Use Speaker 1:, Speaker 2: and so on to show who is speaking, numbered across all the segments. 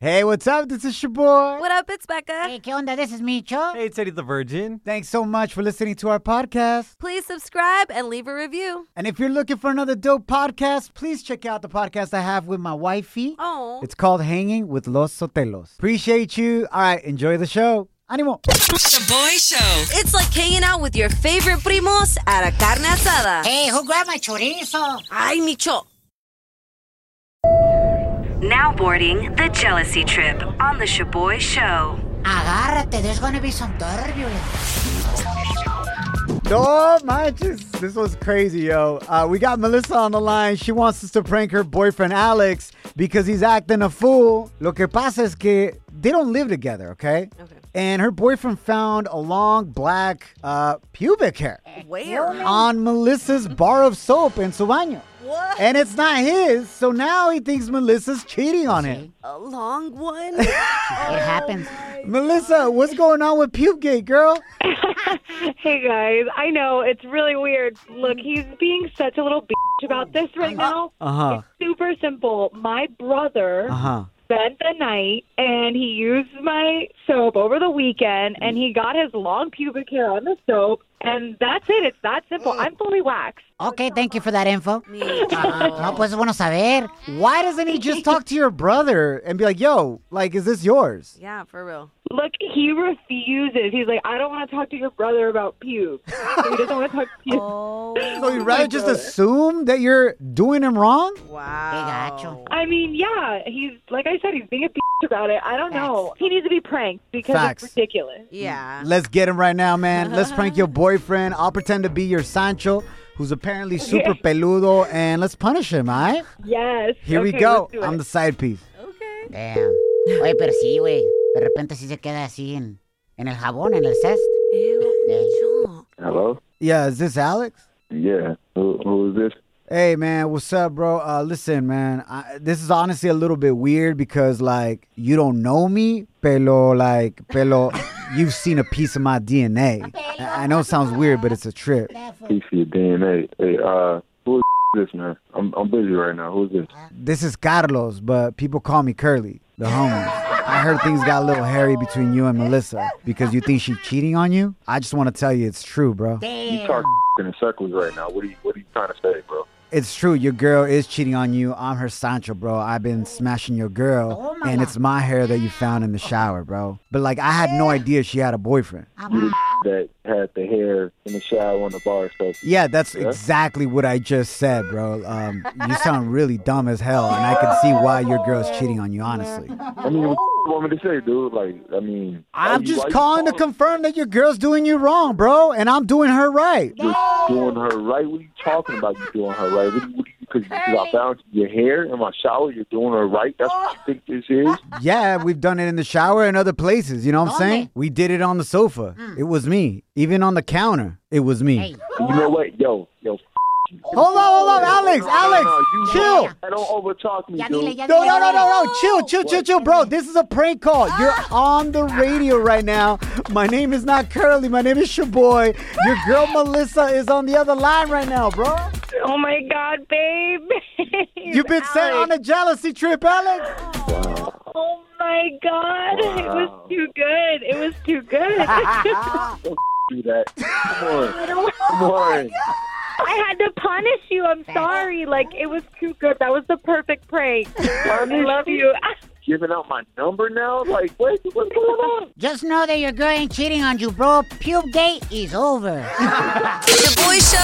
Speaker 1: Hey, what's up? This is your boy.
Speaker 2: What up? It's Becca.
Speaker 3: Hey, ¿qué onda? This is Micho.
Speaker 4: Hey, it's Eddie the Virgin.
Speaker 1: Thanks so much for listening to our podcast.
Speaker 2: Please subscribe and leave a review.
Speaker 1: And if you're looking for another dope podcast, please check out the podcast I have with my wifey.
Speaker 2: Oh.
Speaker 1: It's called Hanging with Los Sotelos. Appreciate you. All right, enjoy the show. Animo.
Speaker 2: It's like hanging out with your favorite primos at a carne asada.
Speaker 3: Hey, who grabbed my chorizo?
Speaker 2: Ay, Micho.
Speaker 5: Now boarding the jealousy trip on the Shaboy Show.
Speaker 3: Agárrate, there's gonna be some turbulence.
Speaker 1: No manches. This was crazy, yo. Uh, we got Melissa on the line. She wants us to prank her boyfriend Alex because he's acting a fool. Lo que pasa es que they don't live together, okay?
Speaker 2: Okay.
Speaker 1: And her boyfriend found a long black uh, pubic hair
Speaker 2: Where?
Speaker 1: on Melissa's bar of soap in su baño.
Speaker 2: What?
Speaker 1: And it's not his, so now he thinks Melissa's cheating on him.
Speaker 2: A long one?
Speaker 3: It happens.
Speaker 1: Melissa, what's going on with Puke Gate, girl?
Speaker 6: Hey guys, I know it's really weird. Look, he's being such a little bitch about this right now.
Speaker 1: Uh huh.
Speaker 6: It's super simple. My brother
Speaker 1: Uh huh.
Speaker 6: spent the night and he used my soap over the weekend and he got his long pubic hair on the soap and that's it. It's that simple. I'm fully waxed.
Speaker 3: Okay, thank you for that info. No,
Speaker 2: Micho.
Speaker 3: pues es bueno saber.
Speaker 1: Why doesn't he just talk to your brother and be like, yo, like, is this yours?
Speaker 2: Yeah, for real.
Speaker 6: Look, he refuses. He's like, I don't want to talk to your brother about pubes. So he doesn't want to talk to you.
Speaker 2: Oh,
Speaker 1: So you rather just assume that you're doing him wrong?
Speaker 2: wow.
Speaker 3: gacho.
Speaker 6: I mean, yeah, he's like I said, he's being a bitch about it. I don't know. He needs to be pranked because
Speaker 1: Facts.
Speaker 6: it's ridiculous.
Speaker 2: Yeah.
Speaker 1: Let's get him right now, man. Let's prank your boyfriend. I'll pretend to be your Sancho, who's apparently super peludo, and let's punish him, all right?
Speaker 6: Yes.
Speaker 1: Here we
Speaker 6: Okay,
Speaker 1: go.
Speaker 6: let's do it.
Speaker 1: I'm the side piece.
Speaker 2: Okay.
Speaker 3: Damn. Eh, Oye, pero sí, güey. De repente sí se queda así en, en el jabón, en el cest.
Speaker 2: Ew, Micho.
Speaker 7: Hello?
Speaker 1: Yeah, is this Alex?
Speaker 7: Yeah. Who, who is this?
Speaker 1: Hey man, what's up, bro? Uh, listen, man, I, this is honestly a little bit weird because like you don't know me, pelo. Like pelo, you've seen a piece of my DNA. I, I know it sounds weird, but it's a trip.
Speaker 7: Piece of your DNA. Hey, uh, who is this, man? I'm, I'm busy right now. Who's this?
Speaker 1: This is Carlos, but people call me Curly, the homie. I heard things got a little hairy between you and Melissa because you think she's cheating on you. I just want to tell you it's true, bro.
Speaker 7: You
Speaker 3: Damn.
Speaker 7: talk in circles right now. What are you What are you trying to say, bro?
Speaker 1: It's true. Your girl is cheating on you. I'm her Sancho, bro. I've been smashing your girl,
Speaker 3: Oh, my
Speaker 1: and
Speaker 3: God.
Speaker 1: it's my hair that you found in the shower, bro. But like, I had no idea she had a boyfriend. Uh-huh.
Speaker 7: That had the hair in the shower on the bar stuff.
Speaker 1: Yeah, that's
Speaker 7: Yeah?
Speaker 1: exactly what I just said, bro. Um, you sound really dumb as hell, and I can see why your girl's cheating on you. Honestly,
Speaker 7: I mean, what
Speaker 1: Uh-huh.
Speaker 7: you want me to say, dude? Like, I mean,
Speaker 1: I'm
Speaker 7: why you- why
Speaker 1: just
Speaker 7: you
Speaker 1: calling to confirm that your girl's doing you wrong, bro, and I'm doing her right.
Speaker 7: Doing her right? What are you talking about? You doing her right? What, what are you? Because I found your hair in my shower. You're doing her right. That's
Speaker 1: Uh.
Speaker 7: what you think this is.
Speaker 1: Yeah, we've done it in the shower and other places. You know what I'm saying?
Speaker 3: Donde?
Speaker 1: We did it Mm. on the sofa. It was me. Even on the counter, it was me.
Speaker 3: Hey,
Speaker 7: You know what? Yo, yo. f-
Speaker 1: Hold on, hold on, Alex, Alex,
Speaker 7: no, you
Speaker 1: chill.
Speaker 7: Don't, don't over talk me,
Speaker 3: ya
Speaker 7: dude.
Speaker 3: dile, ya dile.
Speaker 1: No, no,
Speaker 3: ya
Speaker 1: no, no,
Speaker 3: dile.
Speaker 1: no. Chill, chill, chill, chill, bro. This is a prank call. You're on the radio right now. My name is not Curly. My name is Shaboy. Your girl Melissa is on the other line right now, bro.
Speaker 6: Oh my God, babe!
Speaker 1: You've been sent on a jealousy trip, Alex.
Speaker 6: Oh my God! It was too good. It was too good. I
Speaker 7: do that. Come on. Come on.
Speaker 6: had to punish you. I'm sorry. Like it was too good. That was the perfect prank. I love you.
Speaker 7: Giving out my number now? Like, what? What's going on?
Speaker 3: Just know that your girl ain't cheating on you, bro. Pube date is over.
Speaker 2: The boy shows.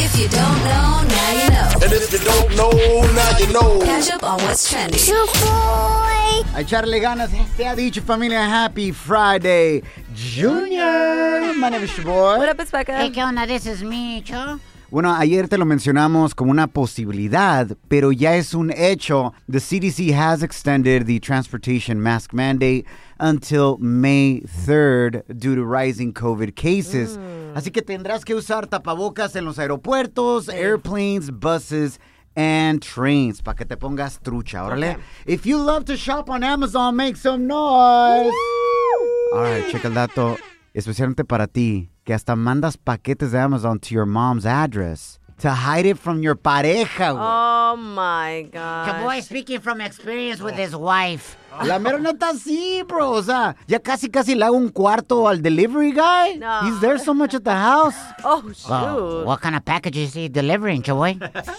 Speaker 2: If you don't know, now you know.
Speaker 8: And if you don't know, now you know.
Speaker 2: Catch up on what's trending.
Speaker 1: A echarle ganas, eh? te ha dicho familia. Happy Friday, Junior. My name is Shaboy.
Speaker 2: What up? It's Becca.
Speaker 3: Hey, ¿qué onda? This is Micho.
Speaker 1: Bueno, ayer te lo mencionamos como una posibilidad, pero ya es un hecho. The CDC has extended the transportation mask mandate until May 3rd due to rising COVID cases. Así que tendrás que usar tapabocas en los aeropuertos, airplanes, buses. And trains, para que te pongas trucha, órale. If you love to shop on Amazon, make some noise. All right, checa el dato. Especialmente para ti, que hasta mandas paquetes de Amazon to your mom's address. to hide it from your pareja, güey.
Speaker 2: Oh my
Speaker 3: The boy
Speaker 2: God.
Speaker 3: speaking from experience with his wife.
Speaker 1: La mera neta sí, bro. O sea, ya casi casi le hago un cuarto al delivery guy.
Speaker 2: No.
Speaker 1: He's there so much at the house.
Speaker 2: Oh,
Speaker 3: Well,
Speaker 2: shoot.
Speaker 3: what kind of package is he delivering, Chavoy?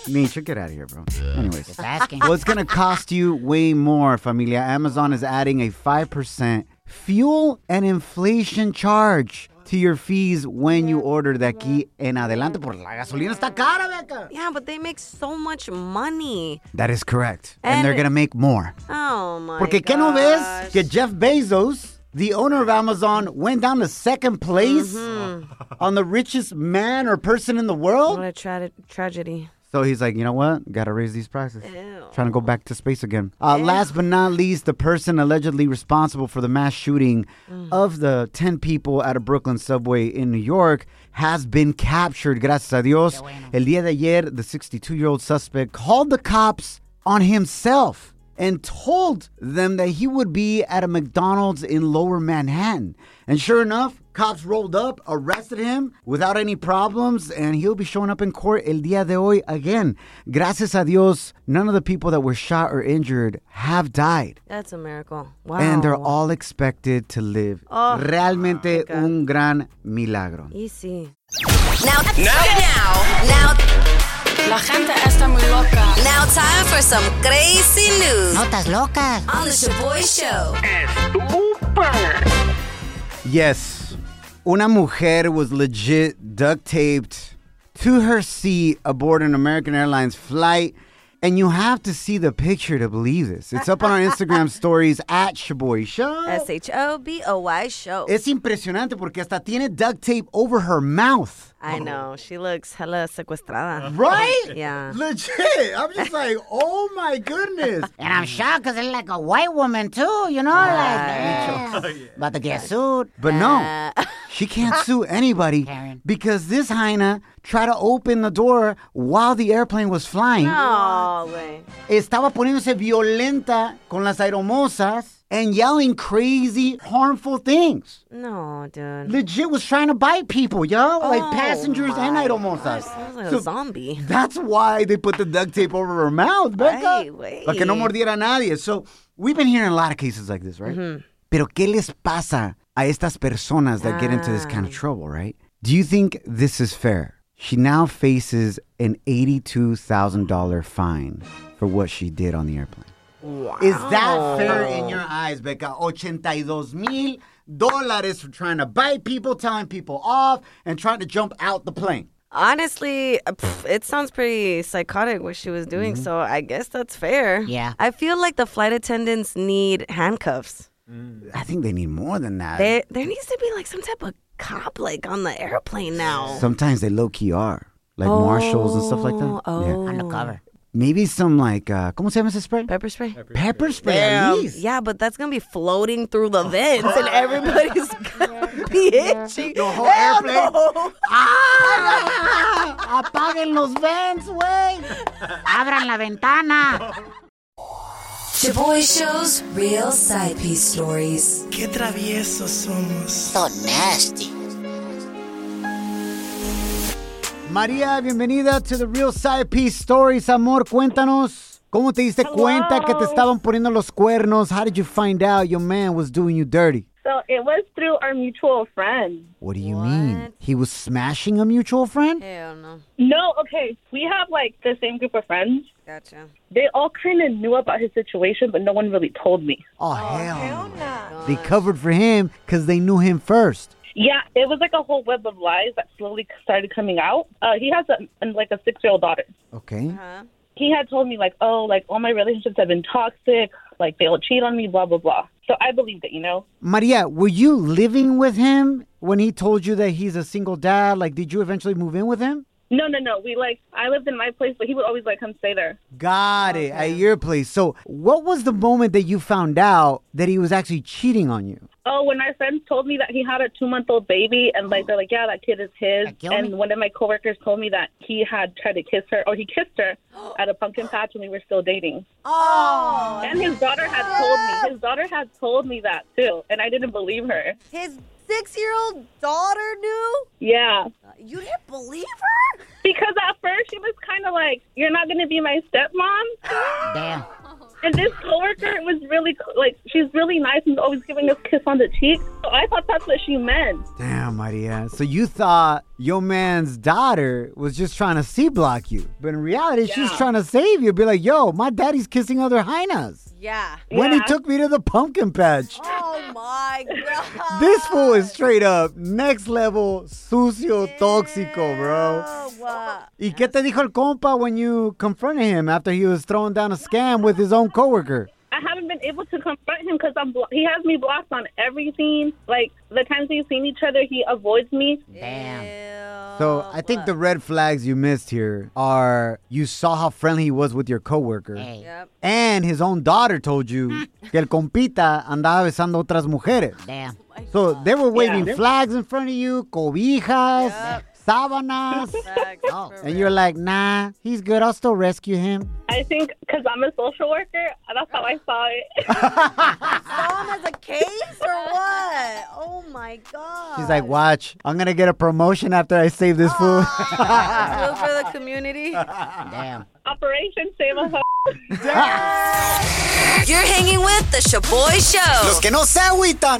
Speaker 1: Mitch, get out of here, bro. Anyways.
Speaker 3: Just asking.
Speaker 1: Well, it's going to cost you way more, familia. Amazon is adding a 5% fuel and inflation charge to your fees when you order de aquí en adelante. Por la gasolina está cara, beca.
Speaker 2: Yeah, but they make so much money.
Speaker 1: That is correct. And,
Speaker 2: And-
Speaker 1: they're going to make more.
Speaker 2: Oh my
Speaker 1: Porque ¿qué no ves que Jeff Bezos, the owner of Amazon, went down to second place on the richest man or person in the
Speaker 2: Mm-hmm. What
Speaker 1: world?
Speaker 2: a tra- tragedy.
Speaker 1: So he's like, you know what? Gotta raise these prices.
Speaker 2: Ew.
Speaker 1: Trying to go back to space again. Uh, last but not least, the person allegedly responsible for the mass shooting
Speaker 2: Mm.
Speaker 1: of the 10 people at a Brooklyn subway in New York has been captured, gracias a Dios. El día de ayer, the 62 year old suspect called the cops on himself and told them that he would be at a McDonald's in lower Manhattan. And sure enough, cops rolled up, arrested him without any problems, and he'll be showing up in court el día de hoy again. Gracias a Dios, none of the people that were shot or injured have died.
Speaker 2: That's a miracle. Wow.
Speaker 1: And they're all expected to live. Realmente un gran milagro.
Speaker 2: easy.
Speaker 5: Now, now, now,
Speaker 4: La gente está muy loca.
Speaker 5: now, time for some crazy news
Speaker 3: Notas locas.
Speaker 5: on the Shaboy Show.
Speaker 1: Yes. Una mujer was legit duct taped to her seat aboard an American Airlines flight. And you have to see the picture to believe this. It's up on our Instagram stories at Shaboy Show.
Speaker 2: S H O B O Y show.
Speaker 1: Es impresionante porque hasta tiene duct tape over her mouth.
Speaker 2: I know. She looks hella secuestrada.
Speaker 1: Right?
Speaker 2: Yeah.
Speaker 1: Legit. I'm just like, oh my goodness.
Speaker 3: And I'm shocked because it's like a white woman, too, you know? Like, eh, about to get sued.
Speaker 1: But no, she can't sue anybody
Speaker 3: Karen.
Speaker 1: because this hyena tried to open the door while the airplane was flying.
Speaker 2: Oh, wait.
Speaker 1: estaba poniéndose violenta con las aeromosas and yelling crazy, harmful things.
Speaker 2: No, dude.
Speaker 1: Legit was trying to bite people, yo, like
Speaker 2: Oh,
Speaker 1: passengers and
Speaker 2: my
Speaker 1: aeromosas.
Speaker 2: Sounds like
Speaker 1: So
Speaker 2: a zombie.
Speaker 1: that's why they put the duct tape over her mouth, Becca.
Speaker 2: Ay, güey.
Speaker 1: Para que no mordiera a nadie. So we've been hearing a lot of cases like this, right?
Speaker 2: Mm-hmm.
Speaker 1: Pero ¿qué les pasa a estas personas that get into this kind of trouble, right? Do you think this is fair? She now faces an $82,000 fine for what she did on the airplane. Is that fair in your eyes, Becca? 82 mil dollars for trying to bite people, telling people off, and trying to jump out the plane.
Speaker 2: Honestly, uh, pff, it sounds pretty psychotic what she was doing, so I guess that's fair.
Speaker 3: Yeah.
Speaker 2: I feel like the flight attendants need handcuffs.
Speaker 1: I think they need more than that.
Speaker 2: There, there needs to be like some type of cop like on the airplane now.
Speaker 1: Sometimes they low key are. Like Oh, marshals and stuff like that.
Speaker 2: Oh,
Speaker 1: Yeah.
Speaker 3: Undercover.
Speaker 1: Maybe some like, uh, ¿cómo se llama ese spray?
Speaker 2: pepper spray.
Speaker 1: Pepper spray, at least.
Speaker 2: Yeah, but that's gonna be floating through the vents, and everybody's gonna be itchy.
Speaker 1: The whole
Speaker 2: Hell
Speaker 1: airplane.
Speaker 2: no.
Speaker 1: Ah! Apaguen los vents, güey.
Speaker 3: Abran la ventana.
Speaker 5: Shaboy Show's real side piece stories.
Speaker 9: Qué traviesos somos.
Speaker 3: So nasty.
Speaker 1: María, bienvenida to the Real Side Piece Stories, amor. Cuéntanos. ¿Cómo te diste cuenta que te estaban poniendo los cuernos? How did you find out your man was doing you dirty?
Speaker 6: So it was through our mutual friend.
Speaker 1: What do you mean? He was smashing a mutual friend?
Speaker 2: Hell no.
Speaker 6: No, okay. We have like the same group of friends.
Speaker 2: Gotcha.
Speaker 6: They all kind of knew about his situation, but no one really told me.
Speaker 1: Oh, hell. no. They covered for him because they knew him first.
Speaker 6: Yeah, it was like a whole web of lies that slowly started coming out. Uh, he has a, an- like a six year old daughter.
Speaker 1: Okay.
Speaker 6: He had told me like, oh, like all my relationships have been toxic. Like they'll cheat on me, blah blah blah. So I believed it, you know.
Speaker 1: Maria, were you living with him when he told you that he's a single dad? Like, did you eventually move in with him?
Speaker 6: No, no, no. We like I lived in my place, but he would always like come stay there.
Speaker 1: Got it. At your place. So, what was the moment that you found out that he was actually cheating on you?
Speaker 6: Oh, when my friends told me that he had a two month old baby, and like they're like, yeah, that kid is his.
Speaker 3: That killed me.
Speaker 6: And one of my coworkers told me that he had tried to kiss her, or he kissed her at a pumpkin patch when we were still dating. Oh. And his daughter had told me. His daughter had told me that too, and I didn't believe her.
Speaker 2: His six year old daughter knew?
Speaker 10: Yeah.
Speaker 2: You didn't believe her?
Speaker 10: Because at first she was kind of like, "You're not going to be my stepmom."
Speaker 3: Damn.
Speaker 10: And this coworker was really co- like, she's really nice and always giving us kiss on the cheek. So I thought that's what she meant.
Speaker 1: Damn, Maria. So you thought your man's daughter was just trying to C block you. But in reality, she's trying to save you. Be like, yo, my daddy's kissing other hyenas.
Speaker 2: Yeah.
Speaker 1: When he took me to the pumpkin patch.
Speaker 2: Oh my god.
Speaker 1: This fool is straight up next level sucio tóxico, bro.
Speaker 2: Wow.
Speaker 1: ¿Y qué te dijo el compa when you confronted him after he was throwing down a scam with his own coworker?
Speaker 10: I haven't been able to confront him because I'm. Blo- he has me blocked on everything. Like the times we've seen each other, he avoids me.
Speaker 3: Damn.
Speaker 1: So I think the red flags you missed here are you saw how friendly he was with your coworker.
Speaker 3: Hey.
Speaker 2: Yep.
Speaker 1: And his own daughter told you que el compita andaba besando otras mujeres.
Speaker 3: Damn.
Speaker 1: So they were waving
Speaker 10: Yeah.
Speaker 1: flags in front of you, cobijas, sábanas. Oh.
Speaker 2: Facts, for
Speaker 1: And you're like, nah, he's good. I'll still rescue him.
Speaker 10: I think because I'm a social worker, that's how I saw it.
Speaker 2: saw him as a case or what? Oh my god.
Speaker 1: She's like, watch, I'm going to get a promotion after I save this fool.
Speaker 2: Good for the community.
Speaker 3: Damn.
Speaker 10: Operation Save a Ho.
Speaker 2: You're hanging with the Shaboy Show.
Speaker 1: que no se agüitan.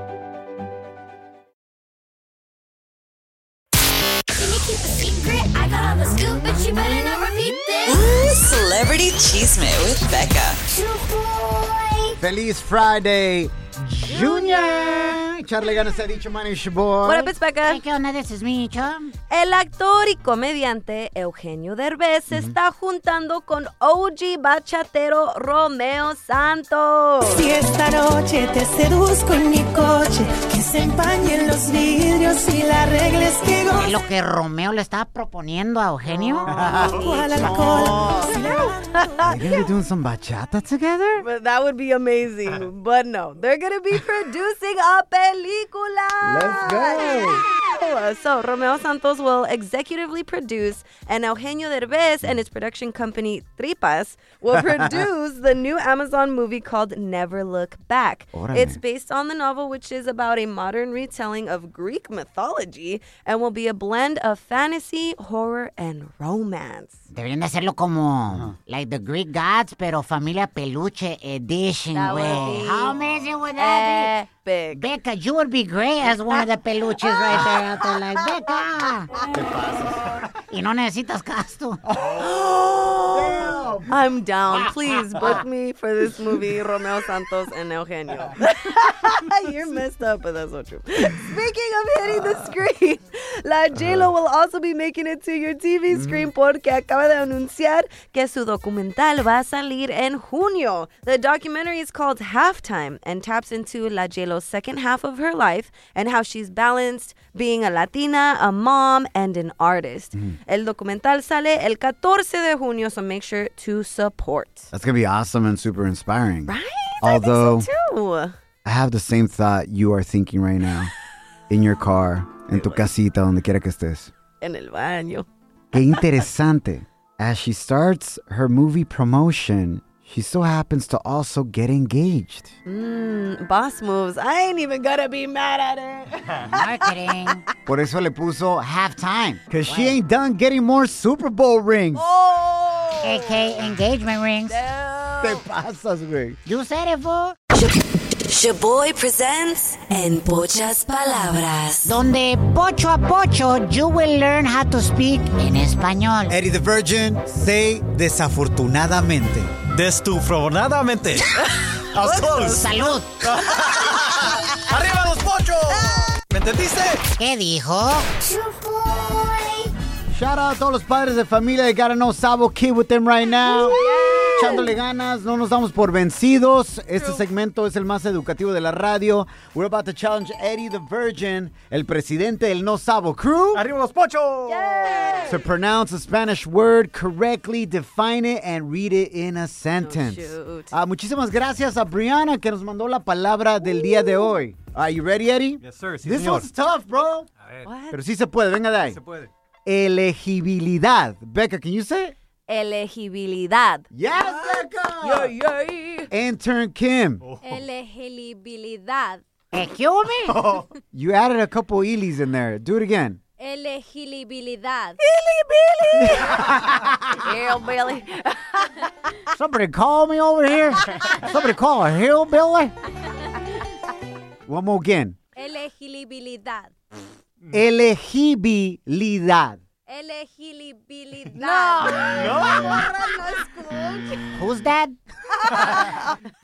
Speaker 11: Celebrity Cheesemate with Becca.
Speaker 1: Feliz Friday, Junior. Charlie Ganas ha dicho, man, it's your boy.
Speaker 2: What up, it's Becca.
Speaker 3: Hey, ¿qué onda? This is me, chum.
Speaker 2: El actor y comediante Eugenio Derbez se está juntando con OG bachatero Romeo Santos.
Speaker 9: Si esta noche te seduzco en mi coche, que se empañen los vidrios y la regla es que
Speaker 3: ¿Es lo que Romeo le estaba proponiendo a Eugenio?
Speaker 9: gozo al alcohol. Si la-
Speaker 1: Are you gonna be doing some bachata together?
Speaker 2: But that would be amazing. but no, they're going to be producing a película.
Speaker 1: Let's go.
Speaker 2: So Romeo Santos will executively produce, and Eugenio Derbez and his production company Tripas will produce the new Amazon movie called Never Look Back.
Speaker 1: Órale.
Speaker 2: It's based on the novel, which is about a modern retelling of Greek mythology, and will be a blend of fantasy, horror, and romance.
Speaker 3: Deberían de hacerlo como like the Greek gods, pero familia peluche edition,
Speaker 2: That would
Speaker 3: güey.
Speaker 2: be
Speaker 3: How amazing would that be?
Speaker 2: Epic.
Speaker 3: Becca, you would be great as one of the peluches right there out there, like Becca. ¿Qué pasa? Y no necesitas gasto.
Speaker 2: I'm down. Please book me for this movie, Romeo Santos and Eugenio. You're messed up, but that's so true. Speaking of hitting the screen, La J-Lo will also be making it to your TV screen porque acaba de anunciar que su documental va a salir en junio. The documentary is called Halftime and taps into La J-Lo's second half of her life and how she's balanced being a Latina, a mom, and an artist. El documental sale el 14 de junio, so make sure to support.
Speaker 1: That's gonna be awesome and super inspiring.
Speaker 2: Right? I
Speaker 1: Although
Speaker 2: think so too.
Speaker 1: I have the same thought you are thinking right now, in your car, en tu casita, donde quiera que estés.
Speaker 2: En el baño.
Speaker 1: Qué interesante. As she starts her movie promotion, she so happens to also get engaged.
Speaker 2: Mm, boss moves. I ain't even gonna be mad at it.
Speaker 3: Marketing.
Speaker 1: Por eso le puso half time. Cause she ain't done getting more Super Bowl rings.
Speaker 3: AK engagement rings.
Speaker 1: Te pasas, güey.
Speaker 3: You said it, fool.
Speaker 5: Shaboy presents En Pochas Palabras.
Speaker 3: Donde pocho a pocho, you will learn how to speak en español.
Speaker 1: Eddie the Virgin, say desafortunadamente.
Speaker 12: Destufronadamente. I was close.
Speaker 3: Salud.
Speaker 12: ¡Arriba los pochos! ¿Me entendiste?
Speaker 3: ¿Qué dijo?
Speaker 1: Shout out a todos los padres de familia that got a no sabo kid with them right now. Echándole ganas, no nos damos por vencidos. Este segmento es el más educativo de la radio. We're about to challenge Eddie the Virgin, el presidente del No Sabo Crew,
Speaker 12: ¡Arriba los pochos!
Speaker 1: to pronounce a Spanish word correctly, define it, and read it in a sentence.
Speaker 2: Oh, shoot.
Speaker 1: Ah, muchísimas gracias a Brianna que nos mandó la palabra del día de hoy. Are you ready, Eddie?
Speaker 12: Yes, sir. Sí,
Speaker 1: This
Speaker 12: señor.
Speaker 1: one's tough, bro.
Speaker 2: What?
Speaker 1: Pero sí se puede, venga de ahí.
Speaker 12: Se puede.
Speaker 1: Elegibilidad. Becca, can you say it?
Speaker 2: Elegibilidad.
Speaker 1: Yes, Becca! Intern Kim,
Speaker 12: Oh.
Speaker 13: Elegibilidad.
Speaker 3: Eh, ¿Qué hubo?
Speaker 1: you added a couple ilis in there. Do it again.
Speaker 13: Elegibilidad.
Speaker 2: Hillbilly.
Speaker 1: Somebody call me over here. Somebody call a hillbilly. One more again.
Speaker 13: Elegibilidad.
Speaker 1: Mm-hmm. Elegibilidad.
Speaker 13: Elegibilidad.
Speaker 3: Who's that?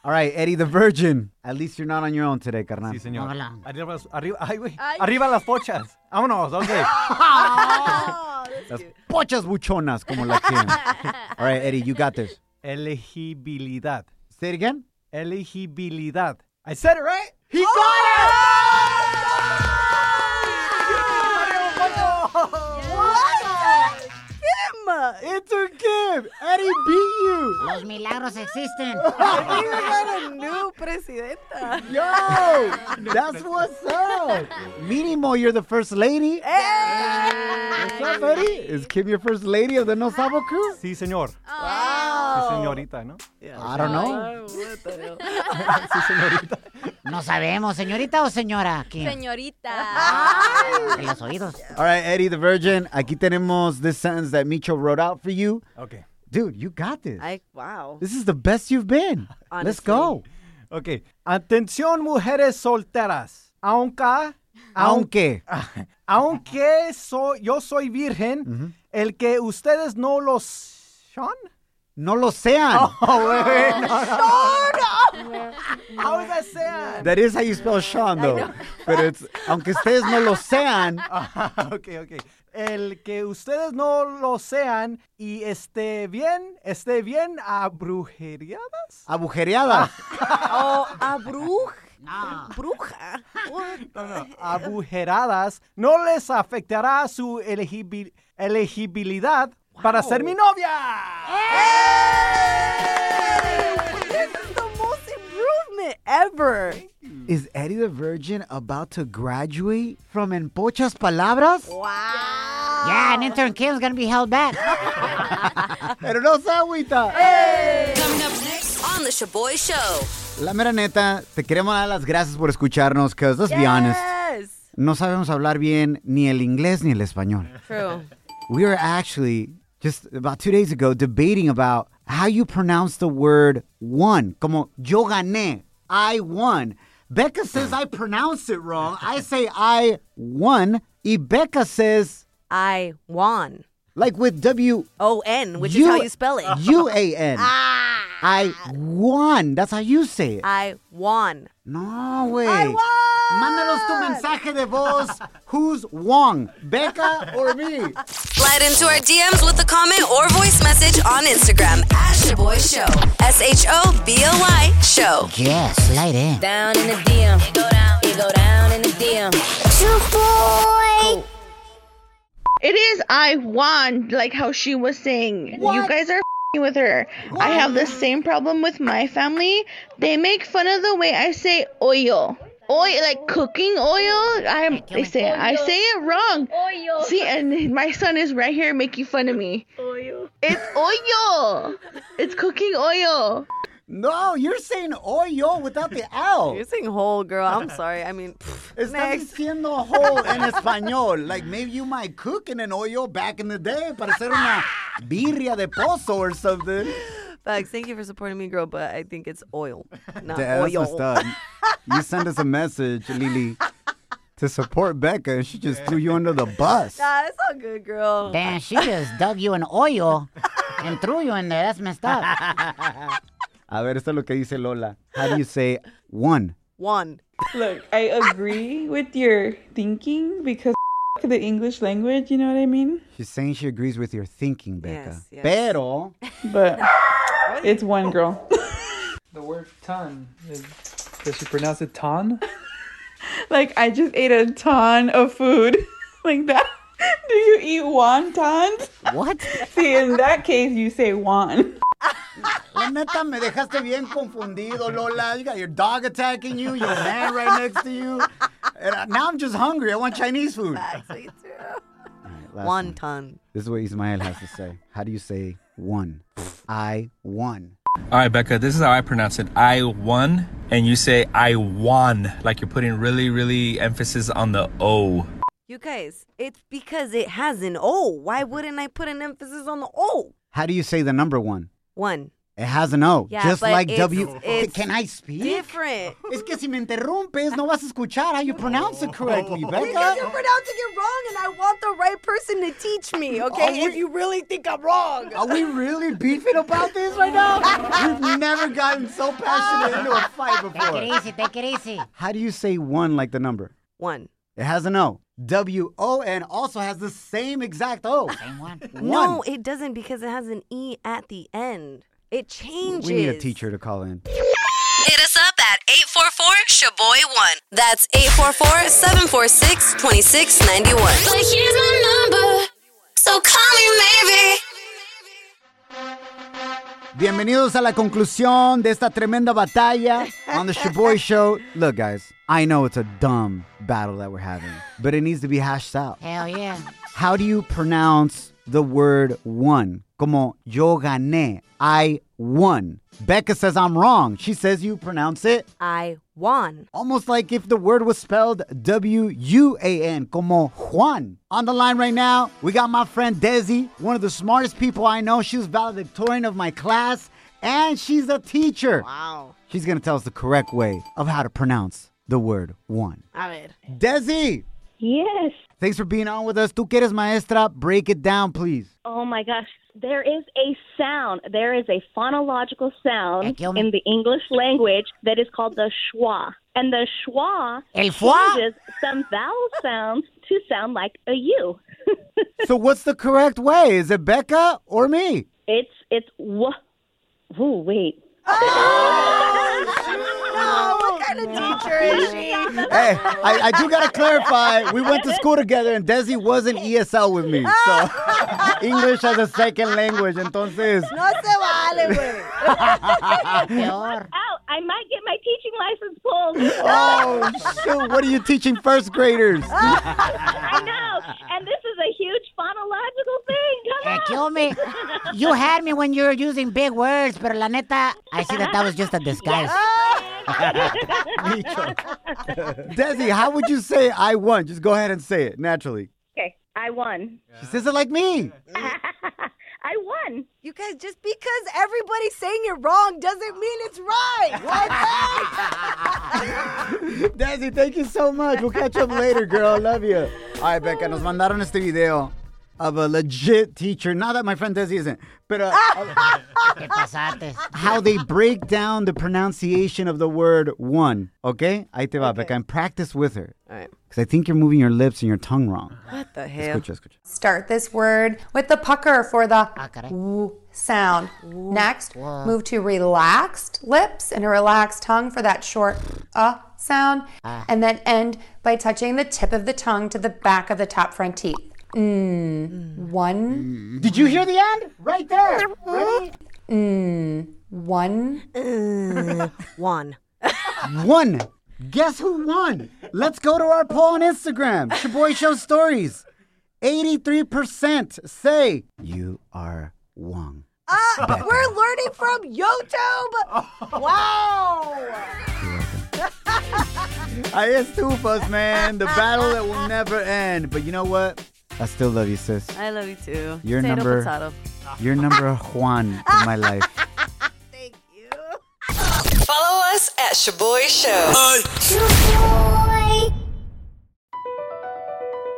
Speaker 1: All right, Eddie the Virgin. At least you're not on your own today, carnal.
Speaker 12: Sí, señor.
Speaker 3: Hola.
Speaker 12: Arriba, los- arriba, ay, güey. arriba las pochas. Vámonos,
Speaker 1: Oh,
Speaker 12: ok.
Speaker 1: Las pochas buchonas, como la quieren. All right, Eddie, you got this.
Speaker 12: Elegibilidad.
Speaker 1: Say it again.
Speaker 12: Elegibilidad. I said it right.
Speaker 1: He got
Speaker 2: Emma.
Speaker 1: it! Intern Kim! Eddie beat you!
Speaker 3: Los milagros existen.
Speaker 2: We got a new presidenta.
Speaker 1: Yo, that's what's up. Mínimo, you're the first lady. What's up, buddy? Is Kim your first lady of the No Sabo crew?
Speaker 12: Sí, señor. Sí, señorita, ¿no?
Speaker 1: I don't know.
Speaker 12: Sí, señorita.
Speaker 3: No sabemos, señorita o señora. ¿Qué?
Speaker 13: Señorita.
Speaker 3: En los oídos.
Speaker 1: All right, Eddie the Virgin, aquí tenemos this sentence that Micho wrote out for you.
Speaker 12: Ok.
Speaker 1: Dude, you got this.
Speaker 2: I, wow.
Speaker 1: This is the best you've been. Let's go.
Speaker 12: Ok. Atención, mujeres solteras. Aunque.
Speaker 1: Aunque.
Speaker 12: Aunque soy, yo soy virgen, el que ustedes no lo son.
Speaker 1: No lo sean.
Speaker 12: Oh. How is that said?
Speaker 1: That is how you spell Sean, though. But it's, aunque ustedes no lo sean,
Speaker 12: Ah, ok, ok. El que ustedes no lo sean y esté bien, esté bien a brujeriadas.
Speaker 1: agujereadas.
Speaker 2: Oh, a bruj.
Speaker 3: No.
Speaker 2: Bruja. What?
Speaker 12: No, no, abujeradas, no les afectará su elegibil- elegibilidad para ser mi novia.
Speaker 2: This is the most improvement ever.
Speaker 1: Is Eddie the Virgin about to graduate from En Pochas Palabras?
Speaker 2: Wow.
Speaker 3: Yeah, an intern kid's gonna be held back.
Speaker 1: Pero no se agüita.
Speaker 5: Coming up next on the Shaboy Show.
Speaker 1: La mera neta, te queremos dar las gracias por escucharnos, cause let's be honest,
Speaker 2: Yes.
Speaker 1: no sabemos hablar bien ni el inglés ni el español.
Speaker 2: True.
Speaker 1: We were actually just about two days ago debating about how you pronounce the word one. Como yo gané, I won. Becca says I pronounce it wrong. I say I won. Y Becca says
Speaker 2: I won.
Speaker 1: like with W
Speaker 2: O N, which
Speaker 1: You- Uh.
Speaker 2: is how you spell it.
Speaker 1: U A N. I won. That's how you say it.
Speaker 2: I won.
Speaker 1: No, güey. Mándanos tu mensaje de voz. Who's Wong? Becca or me?
Speaker 5: Slide into our DMs with a comment or voice message on Instagram at Shaboy Show. S H O B O Y Show.
Speaker 3: Yes, light in.
Speaker 5: Down in the DM. It go down. It go down in the DM.
Speaker 14: It is I won, like how she was saying. You guys are fing with her. I have the same problem with my family. They make fun of the way I say oil. Oil, like cooking oil. I'm, they say I say it wrong. Oil. See, and my son is right here making fun of me. Oil. It's oil. It's cooking oil.
Speaker 1: No, you're saying oyo without the L.
Speaker 2: You're saying whole girl. I'm sorry. I mean, pff,
Speaker 1: Estás
Speaker 2: next.
Speaker 1: diciendo whole en español. Like maybe you might cook in an oyo back in the day para hacer una birria de pozo or something.
Speaker 2: Facts. Thank you for supporting me, girl, but I think it's oil, not
Speaker 1: That's
Speaker 2: oil.
Speaker 1: what's up. you send us a message, Lily, to support Becca, and she just threw you under the bus.
Speaker 2: Nah, it's all good, girl.
Speaker 3: Damn, she just dug you in oil and threw you in there. That's messed up.
Speaker 1: A ver, esto es lo que dice Lola. How do you say one?
Speaker 2: One.
Speaker 15: Look, I agree with your thinking because the English language, you know what I mean?
Speaker 1: She's saying she agrees with your thinking, Becca.
Speaker 15: yes.
Speaker 1: Pero.
Speaker 15: But it's one girl.
Speaker 16: The word ton. Is, does she pronounce it ton?
Speaker 15: Like I just ate a ton of food. like that. Do you eat wontons?
Speaker 3: What?
Speaker 15: See, in that case you say won.
Speaker 1: La neta, me dejaste bien confundido, Lola. You got your dog attacking you, your man right next to you. And I- now I'm just hungry. I want Chinese food.
Speaker 2: Uh, One ton.
Speaker 1: This is what Ismael has to say. How do you say one? I won.
Speaker 12: All right, Becca, this is how I pronounce it. I won, and you say I won, like you're putting really, really emphasis on the O.
Speaker 2: You guys, it's because it has an O. Why wouldn't I put an emphasis on the O?
Speaker 1: How do you say the number one?
Speaker 2: One.
Speaker 1: It has an O.
Speaker 2: Yeah,
Speaker 1: just
Speaker 2: but
Speaker 1: like
Speaker 2: it's-
Speaker 1: W.
Speaker 2: it's
Speaker 1: Can I speak?
Speaker 2: Different.
Speaker 1: Es que si me interrumpes, no vas a escuchar how you pronounce it correctly,
Speaker 2: Oh. Because you're
Speaker 1: Becca.
Speaker 2: pronouncing it wrong, and I want the right person to teach me,
Speaker 1: Are
Speaker 2: okay?
Speaker 1: we-
Speaker 2: if you really think I'm wrong.
Speaker 1: Are we really beefing about this right
Speaker 2: uh,
Speaker 1: now? We've never gotten so passionate into a fight
Speaker 3: Take it
Speaker 1: before.
Speaker 3: easy, take it easy.
Speaker 1: How do you say one like the number?
Speaker 2: One.
Speaker 1: It has an O. W O N also has the same exact O.
Speaker 3: Same one.
Speaker 2: No, it doesn't because it has an E at the end. It changes.
Speaker 1: We need a teacher to call in.
Speaker 17: Hit us up at 844-SHABOY1. That's 844-746-2691. Like, here's my number, so call me maybe.
Speaker 1: Bienvenidos a la conclusión de esta tremenda batalla on the Shaboy Show. Look, guys, I know it's a dumb battle that we're having, but it needs to be hashed out.
Speaker 3: Hell yeah.
Speaker 1: How do you pronounce the word one? Como yo gané. I won. Becca says I'm wrong. She says you pronounce it
Speaker 2: I won.
Speaker 1: almost like if the word was spelled W U A N, como Juan. On the line right now, we got my friend Desi, one of the smartest people I know. She was valedictorian of my class, and she's a teacher.
Speaker 2: Wow.
Speaker 1: She's gonna tell us the correct way of how to pronounce the word one.
Speaker 2: A ver.
Speaker 1: Desi!
Speaker 6: Yes.
Speaker 1: Thanks for being on with us. Tú que eres maestra, break it down, please.
Speaker 6: Oh my gosh. There is a sound. There is a phonological sound in the English language that is called the schwa. And the schwa
Speaker 3: El schwa?
Speaker 6: changes some vowel sounds to sound like a U.
Speaker 1: so what's the correct way? Is it Becca or me?
Speaker 6: It's it's w. Ooh, wait.
Speaker 2: No, Oh, what kind of teacher is she?
Speaker 1: Hey, I, I do gotta clarify. We went to school together, and Desi was in ESL with me, so English as a second language. Entonces,
Speaker 2: No se vale, güey.
Speaker 1: Peor.
Speaker 6: Ow, Oh, I might get my teaching license pulled.
Speaker 1: oh shoot, what are you teaching first graders?
Speaker 6: I know. And this is a huge phonological thing. Come
Speaker 3: Eh,
Speaker 6: on.
Speaker 3: ¿qué hombre? You had me when you were using big words, pero la neta, I see that that was just a disguise.
Speaker 1: Desi, how would you say I won? Just go ahead and say it naturally.
Speaker 6: Okay, I won.
Speaker 1: She says it like me.
Speaker 6: I won.
Speaker 2: You guys, just because everybody's saying it wrong doesn't mean it's right. What?
Speaker 1: Desi, thank you so much. We'll catch up later, girl. I love you. All right, Becca, nos mandaron este video of a legit teacher. Not that my friend Desi isn't, but uh,
Speaker 3: Te pasaste.
Speaker 1: how they break down the pronunciation of the word one. Okay? Ahí te va, Becca. And practice with her.
Speaker 2: All right.
Speaker 1: Because I think you're moving your lips and your tongue wrong.
Speaker 2: what the hell?
Speaker 1: Escucha, escucha.
Speaker 18: Start this word with the pucker for the w sound. Next, move to relaxed lips and a relaxed tongue for that short uh sound.
Speaker 3: Ah.
Speaker 18: And then end by touching the tip of the tongue to the back of the top front teeth. Mm. One.
Speaker 1: Did you hear the end? Right there. Ready?
Speaker 18: Mm. One.
Speaker 2: One.
Speaker 1: One. Guess who won? Let's go to our poll on Instagram. Shaboy Show Stories. 83% say you are Wong.
Speaker 2: Uh, we're learning from YouTube. Wow.
Speaker 1: Ahí estufas, man. The battle that will never end. But you know what? I still love you, sis.
Speaker 2: I love you too.
Speaker 1: Your
Speaker 2: Potato,
Speaker 1: number,
Speaker 2: potato.
Speaker 1: your number Juan in my life.
Speaker 2: at Shaboy Show.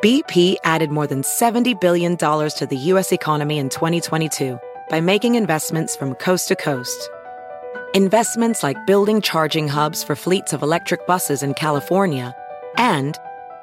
Speaker 18: BP added more than $70 billion to the U.S. economy in 2022 by making investments from coast to coast. Investments like building charging hubs for fleets of electric buses in California and